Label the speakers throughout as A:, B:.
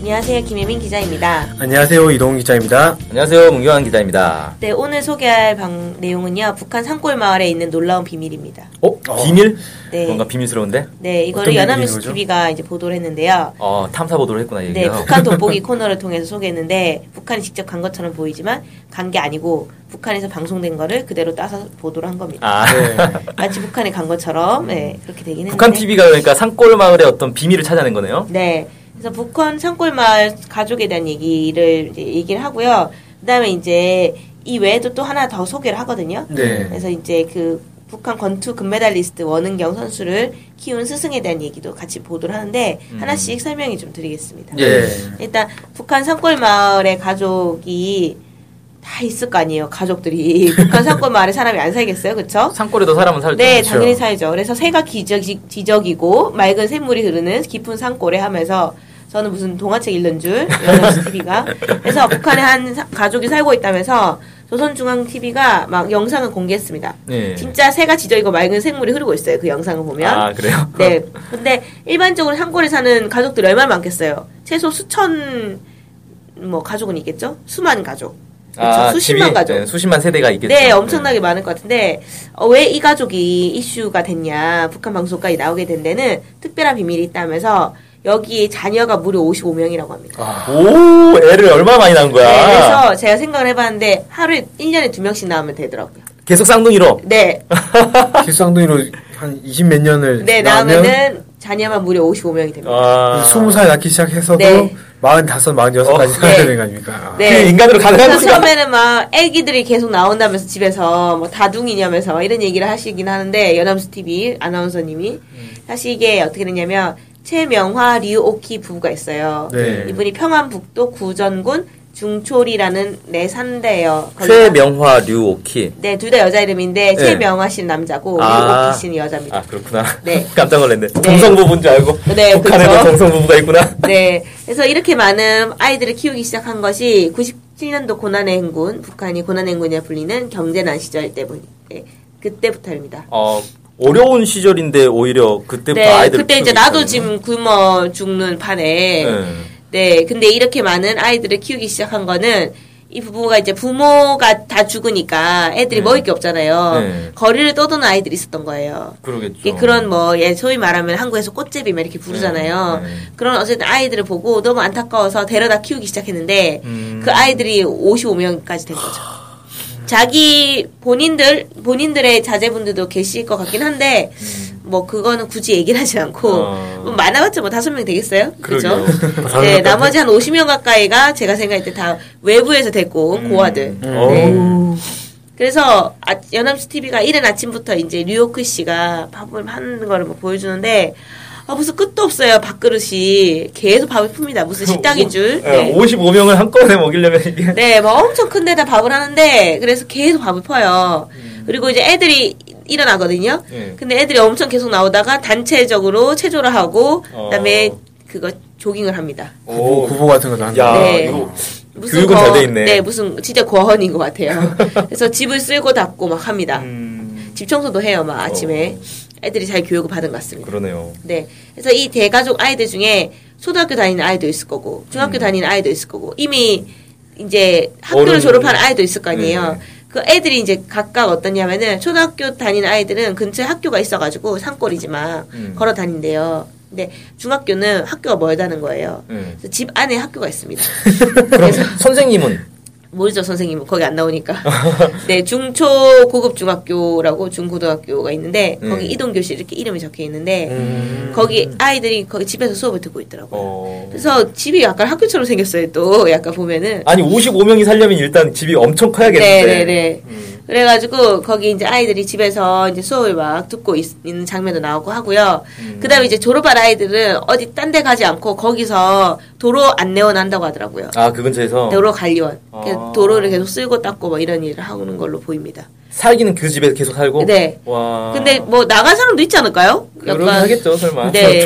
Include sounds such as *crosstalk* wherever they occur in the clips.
A: 안녕하세요. 김혜민 기자입니다.
B: 안녕하세요 이동훈 기자입니다.
C: 안녕하세요, 문경환 기자입니다.
A: 네, 오늘 소개할 방- 내용은요. 북한 산골 마을에 있는 놀라운 비밀입니다.
C: 어? 비밀?
A: 네.
C: 뭔가 비밀스러운데?
A: 네, 이거를
B: 어떤
A: 연합뉴스
B: 비밀인 거죠?
A: TV가 이제 보도를 했는데요.
C: 어, 탐사 보도를 했구나,
A: 네,
C: 얘기가.
A: 북한 돋보기 코너를 통해서 소개했는데 북한이 직접 간 것처럼 보이지만 간 게 아니고 북한에서 방송된 거를 그대로 따서 보도를 한 겁니다.
C: 아, *laughs*
B: 네.
A: 마치 북한에 간 것처럼 네, 그렇게 되긴 했는데
C: 북한 TV가 그러니까 산골 마을의 어떤 비밀을 찾아낸 거네요.
A: 네. 그래서 북한 산골 마을 가족에 대한 얘기를 이제 얘기를 하고요. 그다음에 이제 이 외에도 또 하나 더 소개를 하거든요.
B: 네.
A: 그래서 이제 그 북한 권투 금메달리스트 원은경 선수를 키운 스승에 대한 얘기도 같이 보도를 하는데
C: 음.
A: 하나씩 설명해 좀 드리겠습니다.
C: 예.
B: 네.
A: 일단 북한 산골 마을의 가족이 다 있을 거 아니에요. 가족들이 *laughs* 북한 산골 마을에 사람이 안 살겠어요, 그렇죠?
C: 산골에도 사람은 살죠.
A: 네,
B: 그렇죠.
A: 당연히 살죠. 그래서 새가 기적, 지적이고 맑은 샘물이 흐르는 깊은 산골에 하면서 저는 무슨 동화책 읽는 줄 연합뉴스 TV가 그래서 북한에 한 사- 가족이 살고 있다면서 조선중앙 TV가 막 영상을 공개했습니다.
C: 네.
A: 진짜 새가 지저이고 맑은 생물이 흐르고 있어요. 그 영상을 보면.
C: 아, 그래요? *laughs*
A: 네. 근데 일반적으로 산골에 사는 가족들이 얼마나 많겠어요? 최소 수천 뭐 가족은 있겠죠? 수만 가족. 그렇죠?
C: 아,
A: 수십만
C: 집이-
A: 가족.
C: 네, 수십만 세대가 있겠죠.
A: 네, 엄청나게 많을 것 같은데 어, 왜 이 가족이 이슈가 됐냐? 북한 방송까지 나오게 된 데는 특별한 비밀이 있다면서 여기 자녀가 무려 55명이라고 합니다.
C: 네. 오, 애를 얼마나 많이 낳은
A: 네,
C: 거야.
A: 그래서 제가 생각을 해봤는데 하루에 1년에 2명씩 나오면 되더라고요.
C: 계속 쌍둥이로.
A: 네,
B: 길쌍둥이로 한 20 몇 년을
A: 네
B: 낳으면
A: *laughs* 나오면은 자녀만 무려 55명이 됩니다.
C: 아.
B: 20살 낳기 시작해서도
A: 네.
B: 45, 46까지
A: 네.
B: 살아야 되는 거 아닙니까?
A: 네.
C: 그게 인간으로 가능한
A: 그래서
C: 건가?
A: 처음에는 막 애기들이 계속 나온다면서 집에서 뭐 다둥이냐면서 막 이런 얘기를 하시긴 하는데 연암수 TV 아나운서님이 사실 이게 어떻게 됐냐면 최명화 류오키 부부가 있어요.
B: 네.
A: 이분이 평안북도 구전군 중초리라는 네, 내산대예요. 거기가-
C: 최명화, 류오키.
A: 네, 둘 다 여자 이름인데
C: 네.
A: 최명화 씨는 남자고
C: 아.
A: 류오키 씨는 여자입니다.
C: 아, 그렇구나.
A: 네.
C: *laughs* 깜짝 놀랐네. 동성부부인 줄 알고.
A: 네,
C: 북한에도
A: 그렇죠.
C: 동성부부가 있구나.
A: 네. 그래서 이렇게 많은 아이들을 키우기 시작한 것이 97년도 고난의 행군, 북한이 고난의 행군이라 불리는 경제난 시절 때문, 네, 그때부터입니다.
C: 어, 어려운 시절인데 오히려 그때부터
A: 네,
C: 아이들
A: 그때 이제 나도 지금 굶어 죽는 판에, 네. 근데 이렇게 많은 아이들을 키우기 시작한 거는 이 부부가 이제 부모가 다 죽으니까 애들이
C: 네.
A: 먹을 게 없잖아요.
C: 네.
A: 거리를 떠도는 아이들이 있었던 거예요.
C: 그러겠죠.
A: 이게 그런 뭐, 예, 소위 말하면 한국에서 꽃제비 막 이렇게 부르잖아요.
C: 네, 네.
A: 그런 어쨌든 아이들을 보고 너무 안타까워서 데려다 키우기 시작했는데
C: 음.
A: 그 아이들이 55명까지 된 거죠. 자기 본인들 본인들의 자제분들도 계실 것 같긴 한데 뭐 그거는 굳이 얘기를 하지 않고
C: 음. 어.
A: 뭐 많아봤자 뭐 다섯 명 되겠어요, 그죠?
C: 그러게요.
A: 네, 나머지 한 50명 가까이가 제가 생각할 때 다 외부에서 데리고
C: 음.
A: 온 고아들. 네,
C: *laughs* 어우.
A: 그래서 아, 연합뉴스 TV가 이른 아침부터 이제 뉴요크 씨가 밥을 하는 거를 뭐 보여주는데 아, 무슨 끝도 없어요 밥그릇이 계속 밥을 풉니다 무슨
C: 그
A: 식당인 줄.
C: 네,
A: 네.
C: 55명을 한꺼번에 먹이려면 이게
A: 네, 뭐 엄청 큰 데다 밥을 하는데 그래서 계속 밥을 퍼요. 그리고 이제 애들이 일어나거든요.
C: 네.
A: 근데 애들이 엄청 계속 나오다가 단체적으로 체조를 하고 그다음에
C: 어.
A: 그거 조깅을 합니다.
B: 아, 뭐 구보, 구보 같은 거도 한다.
C: 야,
A: 네.
C: 이거
A: 무슨
C: 교육은 잘돼
A: 거-
C: 있네.
A: 네, 무슨 진짜 거헌인 것
C: *laughs*
A: 같아요. 그래서 집을 쓸고 닦고 막 합니다.
C: 음, 어.
A: 집 청소도 해요, 막 아침에. 애들이 잘 교육을 받은 것 같습니다.
C: 그러네요.
A: 네. 그래서 이 대가족 아이들 중에 초등학교 다니는 아이도 있을 거고, 중학교 다니는 아이도 있을 거고, 이미 이제 학교를
C: 음. 어른-
A: 졸업한 아이도 있을 거 아니에요.
C: 네.
A: 그 애들이 이제 각각 어떠냐면은 초등학교 다니는 아이들은 근처에 학교가 있어가지고 산골이지만
C: 음.
A: 걸어 다닌대요. 근데 중학교는 학교가 멀다는 거예요.
C: 네.
A: 그래서 집 안에 학교가
C: *laughs*
A: 있습니다.
C: 그럼 선생님은
A: 모르죠 선생님은 뭐 거기 안
C: *laughs*
A: 나오니까 네 중초 고급 중학교라고 중고등학교가 있는데 거기
C: 음.
A: 이동 교실 이렇게 이름이 적혀 있는데 거기 아이들이 거기 집에서 수업을 듣고 있더라고요.
C: 어.
A: 그래서 집이 약간 학교처럼 생겼어요 또 약간 보면은
C: 아, 아니 55명이 살려면 일단 집이 엄청 커야겠는데. 음.
A: 네네네 그래가지고 거기 이제 아이들이 집에서 이제 수업을 막 듣고 있, 는 장면도 나오고 하고요. 그다음에 이제 졸업한 아이들은 어디 딴 데 가지 않고 거기서 도로 안내원 한다고 하더라고요.
C: 아, 그 근처에서
A: 도로 관리원. 네, 그러니까
C: 아.
A: 도로를 계속 쓸고 닦고 뭐 이런 일을 하는 걸로 보입니다.
C: 살기는 그 집에 계속 살고.
A: 네.
C: 와.
A: 근데 뭐 나간 사람도 있지 않을까요?
C: 그런 아. 하겠죠, 설마.
A: 네.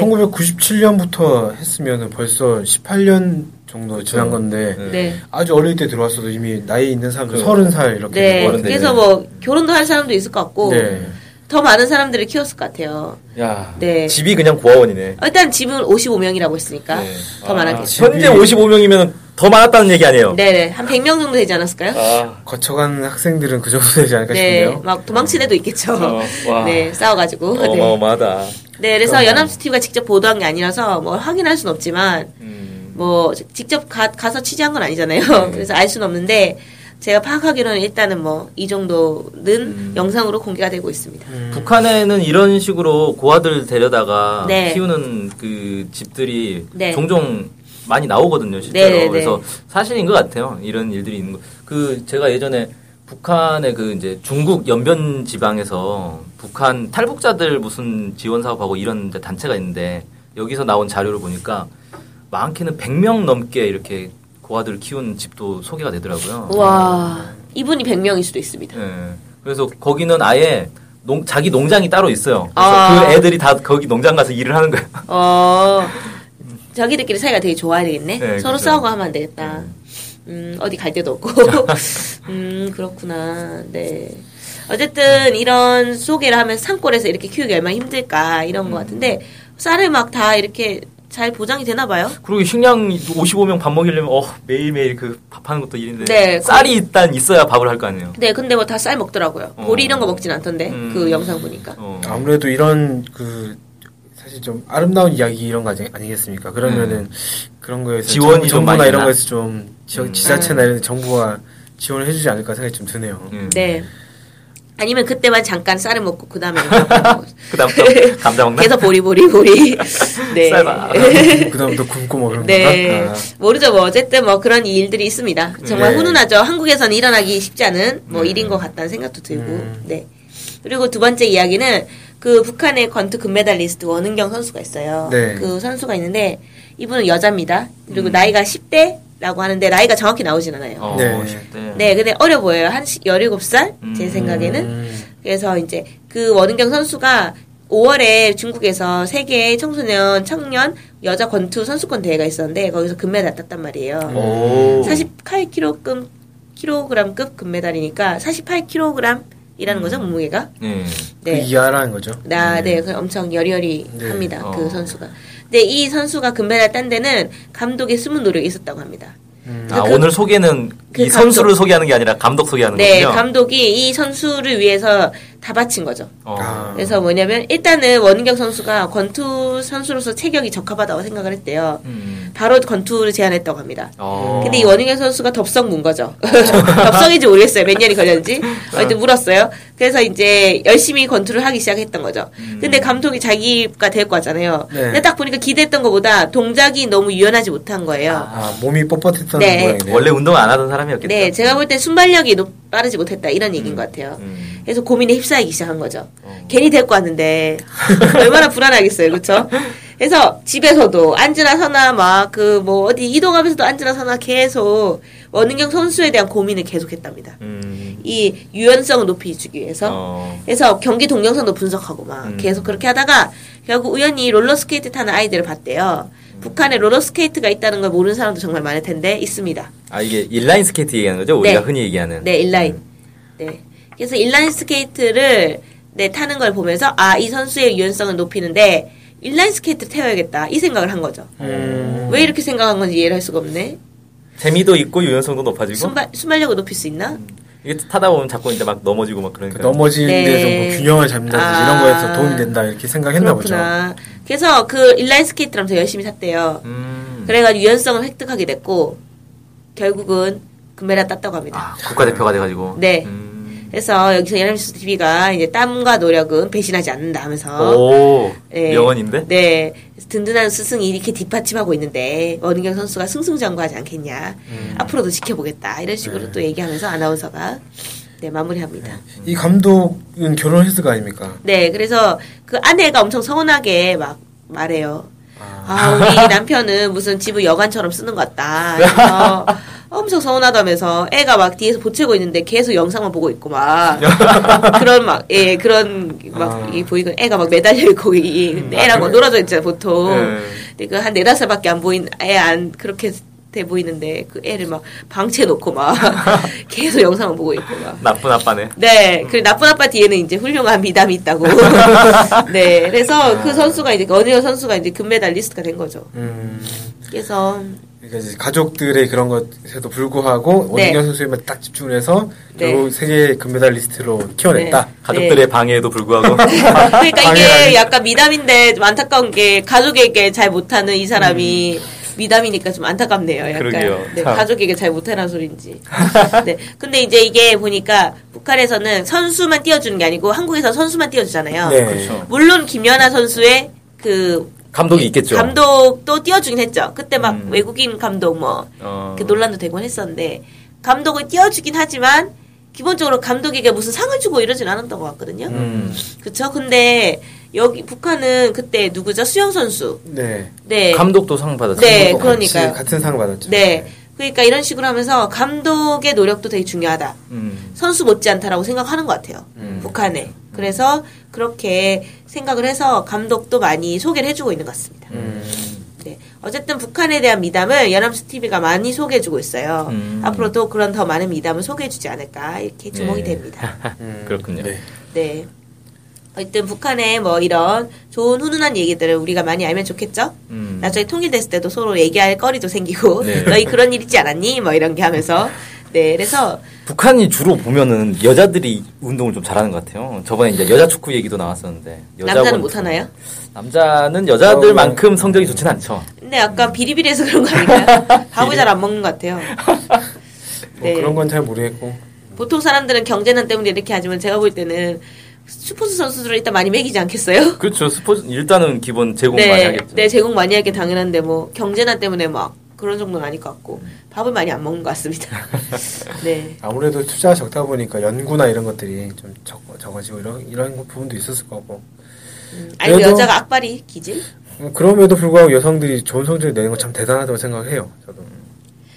B: 1997년부터 했으면 벌써 18년 정도 지난 건데
A: 네.
B: 아주 어릴 때 들어왔어도 이미 나이 있는 사람들
C: 그래요.
B: 서른 살 이렇게
A: 네.
C: 어른들이.
A: 그래서 뭐 결혼도 할 사람도 있을 것 같고
B: 네.
A: 더 많은 사람들을 키웠을 것 같아요.
C: 야.
A: 네.
C: 집이 그냥 고아원이네.
A: 일단 집은 55명이라고 했으니까
C: 네.
A: 더
C: 아,
A: 많았겠죠.
C: 현재 55명이면 더 많았다는 얘기 아니에요?
A: 네네. 한 100명 정도 되지 않았을까요?
C: 아.
B: 거쳐간 학생들은 그 정도 되지 않을까
A: 네.
B: 싶네요.
A: 막 도망친 애도 있겠죠.
C: 어, 와.
A: 네. 싸워가지고. 네.
C: 어마어마하다.
A: 네. 그래서 연합스티브가 직접 보도한 게 아니라서 뭐 확인할 순 없지만
C: 음.
A: 뭐 직접 가, 가서 취재한 건 아니잖아요.
C: 네.
A: *laughs* 그래서 알 수는 없는데 제가 파악하기로는 일단은 뭐 이 정도는
C: 음.
A: 영상으로 공개가 되고 있습니다.
C: 네. 북한에는 이런 식으로 고아들 데려다가
A: 네.
C: 키우는 그 집들이
A: 네.
C: 종종 많이 나오거든요, 실제로.
A: 네, 네, 네.
C: 그래서 사실인 것 같아요. 이런 일들이 있는 거. 그 제가 예전에 북한의 그 이제 중국 연변 지방에서 북한 탈북자들 무슨 지원 사업하고 이런 데 단체가 있는데 여기서 나온 자료를 보니까 많게는 100명 넘게 이렇게 고아들 키운 집도 소개가 되더라고요.
A: 와. 이분이 100명일 수도 있습니다.
C: 예. 그래서 거기는 아예 농- 자기 농장이 따로 있어요. 그래서
A: 아.
C: 그 애들이 다 거기 농장 가서 일을 하는 거예요.
A: 어, 자기들끼리 사이가 되게 좋아야 되겠네.
C: 네,
A: 서로
C: 그죠. 네.
A: 싸우고 하면 안 되겠다. 음, 어디 갈 데도
C: *laughs*
A: 없고. *laughs* 음, 그렇구나. 네. 어쨌든 이런 소개를 하면 산골에서 이렇게 키우기 얼마나 힘들까 이런
C: 음.
A: 것 같은데 쌀을 막 다 이렇게 잘 보장이 되나 봐요.
C: *laughs* 그리고 식량 55명 밥 먹이려면 어, 매일매일 그 밥하는 것도 일인데
A: 네,
C: 쌀이 일단 있어야 밥을 할 거 아니에요.
A: 네, 근데 뭐 다 쌀 먹더라고요.
C: 어.
A: 보리 이런 거 먹진 않던데
C: 음.
A: 그 영상 보니까.
C: 어.
B: 아무래도 이런 그 사실 좀 아름다운 이야기 이런 거 아니, 아니겠습니까? 그러면은 그런 거에서
C: 지원이 좀
B: 정부나
C: 많이
B: 이런
C: 나-
B: 거에서 좀 지역 지자체나 이런 데 정부가 지원을 해주지 않을까 생각이 좀 드네요.
C: 음.
A: 네. 아니면 그때만 잠깐 쌀을 먹고 그 다음에
C: *laughs*
A: 계속
C: 그다음 또 감자 먹나? 어,
A: 보리 보리
C: *laughs*
A: 보리. 네.
C: 쌀 봐.
B: 그다음부터 굶고 뭐 그런
A: 네.
C: 아.
B: 건가?
A: 모르죠. 뭐 어쨌든 뭐 그런 일들이 있습니다. 정말
B: 네.
A: 훈훈하죠. 한국에서는 일어나기 쉽지 않은
C: 음.
A: 뭐 일인 것 같다는 생각도 들고. 네. 그리고 두 번째 이야기는 그 북한의 권투 금메달리스트 원은경 선수가 있어요.
B: 네.
A: 그 선수가 있는데 이분은 여자입니다. 그리고 나이가 10대라고 하는데 나이가 정확히 나오진 않아요.
C: 어,
B: 네.
C: 쉽대.
A: 네, 근데 어려 보여요. 한 17살? 제
C: 음.
A: 생각에는.
B: 음.
A: 그래서 이제 그 원은경 선수가 5월에 중국에서 세계 청소년 청년 여자 권투 선수권 대회가 있었는데 거기서 금메달 땄단 말이에요.
C: 오.
A: 48kg 급 금메달이니까 48kg이라는
C: 음.
A: 거죠 몸무게가.
C: 네.
B: 그 이하라는 거죠.
A: 나, 네, 그 엄청 여리여리 합니다.
C: 네.
A: 그
C: 어.
A: 선수가. 근데 이 선수가 금메달 딴 데는 감독의 숨은 노력이 있었다고 합니다.
C: 아,
A: 그-
C: 오늘 소개는
A: 그
C: 이
A: 감독-
C: 선수를 소개하는 게 아니라 감독 소개하는
A: 네,
C: 거군요.
A: 감독이 이 선수를 위해서 다 바친 거죠.
C: 어.
B: 아.
A: 그래서 뭐냐면 일단은 원은경 선수가 권투 선수로서 체격이 적합하다고 생각을 했대요.
C: 음.
A: 바로 권투를 제안했다고 합니다.
C: 어.
A: 근데 이 원은경 선수가 덥석 문 거죠. *laughs* 덥석인지 모르겠어요. 몇 년이 걸렸는지. 하여튼 물었어요. 그래서 이제 열심히 권투를 하기 시작했던 거죠.
C: 음.
A: 근데 감독이 자기가 될 거잖아요.
B: 네.
A: 근데 딱 보니까 기대했던 것보다 동작이 너무 유연하지 못한 거예요.
B: 아 몸이 뻣뻣했던
A: 네.
B: 모양이네요.
C: 원래 운동 안 하던 사람이었겠죠.
A: 네, 제가 볼 때 순발력이 높- 빠르지 못했다 이런 얘기인 것 같아요.
C: 음.
A: 그래서 고민에 휩싸이기 시작한 거죠.
C: 어.
A: 괜히 데리고 왔는데 *laughs* 얼마나 불안하겠어요, 그렇죠? 그래서 집에서도 앉으나 서나 막 그 뭐 어디 이동하면서도 앉으나 서나 계속 원은경 선수에 대한 고민을 계속했답니다.
C: 음.
A: 이 유연성을 높이주기 위해서.
C: 어.
A: 그래서 경기 동영상도 분석하고 막
C: 음.
A: 계속 그렇게 하다가 결국 우연히 롤러스케이트 타는 아이들을 봤대요.
C: 음.
A: 북한에 롤러스케이트가 있다는 걸 모르는 사람도 정말 많을 텐데 있습니다.
C: 아 이게 인라인 스케이트 얘기하는 거죠? 우리가
A: 네.
C: 흔히 얘기하는.
A: 네, 인라인. 네. 그래서 인라인 스케이트를 네, 타는 걸 보면서 아, 이 선수의 유연성을 높이는데 인라인 스케이트 태워야겠다. 이 생각을 한 거죠.
B: 음.
A: 왜 이렇게 생각한 건지 이해를 할 수가 없네.
B: 뭐?
C: 재미도 있고 유연성도 높아지고
A: 순발, 순발력을 높일 수 있나?
C: 이게 타다 보면 자꾸 이제 막 넘어지고 막
B: 그
C: 그러니까.
B: 넘어지는
A: 네.
B: 데좀 균형을 잡는다든지
A: 아.
B: 이런 거에서 도움이 된다 이렇게 생각했나 보죠.
A: 그렇구나. 그래서 그 인라인 스케이트를 하면서 열심히 탔대요.
C: 음.
A: 그래가지고 유연성을 획득하게 됐고 결국은 금메달 땄다고 합니다.
C: 아, 국가대표가 돼가지고.
A: 네.
C: 음.
A: 그래서 여기서 연합뉴스 TV가 이제 땀과 노력은 배신하지 않는다 하면서
C: 오
A: 어? 네.
C: 명언인데.
A: 네. 든든한 스승이 이렇게 뒷받침하고 있는데 원은경 선수가
C: 음. 네.
A: 승승장구하지 않겠냐. 앞으로도 지켜보겠다. 이런 식으로 또 얘기하면서 아나운서가 네, 마무리합니다.
B: 이 감독은 결혼했을 거 아닙니까?
A: 네, 그래서 그 아내가 엄청 서운하게 막 말해요. 아, 우리 남편은 무슨 집을 여관처럼 쓰는 것 같다.
C: *laughs*
A: 그래서 엄청 서운하다면서 애가 막 뒤에서 보채고 있는데 계속 영상만 보고 있고
C: *laughs*
A: 막 그런 막, 예, 그런 막
B: 아.
A: 이 보이고 애가 막 매달려 있고 이 근데
C: 아,
A: 애랑 막
C: 그래요?
A: 놀아져 있잖아요, 보통.
C: 네.
A: 근데 그 한 네다섯 살밖에 안 보인 애 안 그렇게 돼 보이는데 그 애를 막 방치해 놓고
C: *laughs*
A: 막 계속 영상만 보고 있고 막
C: 나쁜 아빠네.
A: 네,
C: 음.
A: 그 나쁜 아빠 뒤에는 이제 훌륭한 미담이
C: *laughs*
A: 있다고. *laughs* 네, 그래서
C: 아.
A: 그 선수가 이제 어니어 선수가 이제 금메달리스트가 된 거죠.
B: 음.
A: 그래서
B: 그러니까 이제 가족들의 그런 것에도 불구하고
A: 네.
B: 원희경 선수에만 딱 집중을 해서
A: 네.
B: 결국 세계 금메달 리스트로 키워냈다.
A: 네.
C: 아, 가족들의 방해에도 불구하고
A: *laughs* 그러니까 이게
B: 당연하지.
A: 약간 미담인데 좀 안타까운 게 가족에게 잘 못하는 이 사람이 미담이니까 좀 안타깝네요. 약간
C: 음. 그러게요.
A: 네,
C: 참.
A: 가족에게 잘 못하는 소리인지.
C: *laughs*
A: 네, 근데 이제 이게 보니까 북한에서는 선수만 띄워주는 게 아니고 한국에서 선수만 띄워주잖아요.
B: 네.
C: 그렇죠.
A: 물론 김연아 선수의 그
C: 감독이 있겠죠.
A: 감독도 띄워주긴 했죠. 그때 막
C: 음.
A: 외국인 감독 뭐 그
C: 어,
A: 논란도 되곤 했었는데 감독을 띄워주긴 하지만 기본적으로 감독에게 무슨 상을 주고 이러진 않았던 것 같거든요.
C: 음.
A: 그쵸? 근데 여기 북한은 그때 누구죠? 수영 선수.
B: 네.
A: 네.
C: 감독도 상 받았죠.
A: 네,
B: 그것도 같이
A: 그러니까요.
B: 같은 상을 받았죠.
A: 네. 그러니까 이런 식으로 하면서 감독의 노력도 되게 중요하다.
C: 음.
A: 선수 못지않다라고 생각하는 것 같아요. 북한에. 그래서 그렇게 생각을 해서 감독도 많이 소개를 해주고 있는 것 같습니다.
B: 음.
A: 네. 어쨌든 북한에 대한 미담을 연합뉴스 TV가 많이 소개해주고 있어요.
C: 음.
A: 앞으로도 그런 더 많은 미담을 소개해주지 않을까 이렇게 주목이
C: 예. *laughs*
A: 됩니다.
B: 음.
C: 그렇군요.
B: 네.
A: 네. 어쨌든 북한의 뭐 이런 좋은 훈훈한 얘기들을 우리가 많이 알면 좋겠죠.
C: 음.
A: 나중에 통일됐을 때도 서로 얘기할 거리도 생기고 *laughs*
C: 네.
A: 너희 그런 일 있지 않았니? 뭐 이런 게 하면서 네 그래서
C: 북한이 주로 보면은 여자들이 운동을 좀 잘하는 것 같아요. 저번에 이제 여자 축구 얘기도 나왔었는데
A: 남자는
C: 여자원-
A: 못하나요?
C: 남자는 여자들만큼 성적이 좋진 않죠.
A: 근데 약간 비리비리해서 그런 거
C: *laughs*
A: 아닌가요? 밥을 잘 안 먹는 것 같아요.
B: 뭐
A: 네.
B: 그런 건 잘 모르겠고.
A: 보통 사람들은 경제난 때문에 이렇게 하지만 제가 볼 때는 스포츠 선수들을 일단 많이 먹이지 않겠어요?
C: 그렇죠. 스포츠 일단은 기본 제공 많이
A: 네,
C: 하겠죠.
A: 네 제공 많이 하게 당연한데 뭐 경제난 때문에 막 그런 정도는 아닐 것 같고 밥을 많이 안 먹는 것 같습니다. *laughs* 네,
B: 아무래도 투자가 적다 보니까 연구나 이런 것들이 좀 적, 적어지고 이런, 이런 부분도 있었을 거고.
A: 아니 면
B: 그래도-
A: 여자가 악발이 기질?
B: 음, 그럼에도 불구하고 여성들이 좋은 성적을 내는 건 참 대단하다고 생각해요. 저도.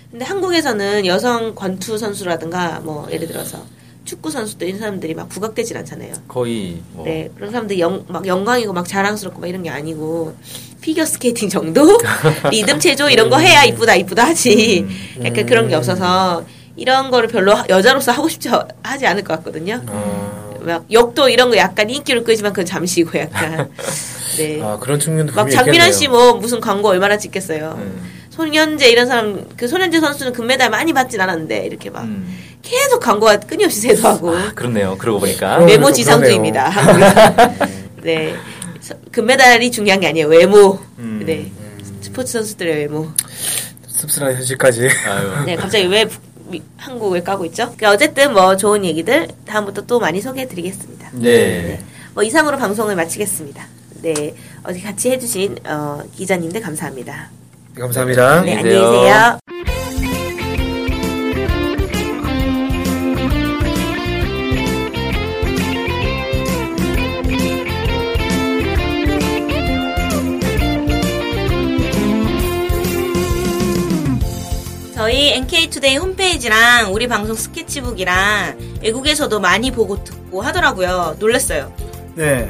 A: 근데 한국에서는 여성 권투 선수라든가 뭐 예를 들어서 축구 선수들 이런 사람들이 막 부각되진 않잖아요.
C: 거의 뭐
A: 네,
B: 어.
A: 그런 사람들 영, 막 영광이고 막 자랑스럽고 막 이런 게 아니고 피겨 스케이팅
B: *laughs*
A: 정도, 리듬 체조 이런 거 해야 이쁘다 이쁘다 하지.
B: 음,
A: 약간 그런 게 없어서 이런 거를 별로 하- 여자로서 하고 싶지 하- 하지 않을 것 같거든요.
B: 아.
A: 막 역도 이런 거 약간 인기를 끌지만 그건 잠시고
B: *laughs*
A: 약간 네.
B: 아, 그런 측면도
A: 막
B: 분명히
A: 장민환
B: 있겠네요. 네.
A: 씨 뭐 무슨 광고 얼마나 찍겠어요.
C: 음.
A: 손현재 이런 사람 그 손현재 선수는 금메달 많이 받진 않았는데 이렇게 막
C: 음.
A: 계속 광고가 끊임없이 세도하고
C: 아, 그렇네요. 그러고 보니까
B: 어, 그럼-
A: 외모
B: 그러네요. *laughs*
A: 지상주입니다. 한국에서. 네. 서- 금메달이 중요한 게 아니에요. 외모.
B: 음.
A: 네. 스포츠 선수들의 외모.
B: 씁쓸한 현실까지.
C: 아유.
A: 네, 갑자기 왜 북- 미- 한국을 까고 있죠? 그러니까 어쨌든 뭐 좋은 얘기들 다음부터 또 많이 소개해 드리겠습니다.
B: 음.
C: 네.
A: 뭐 이상으로 방송을 마치겠습니다. 네. 어제 같이 해주신 어, 기자님들 감사합니다.
B: *laughs* 감사합니다.
A: 네,
C: 안녕히
A: 안녕히
C: 계세요.
A: 계세요. 저희 NK투데이 홈페이지랑 우리 방송 스케치북이랑 외국에서도 많이 보고 듣고 하더라고요. 놀랐어요.
D: 네,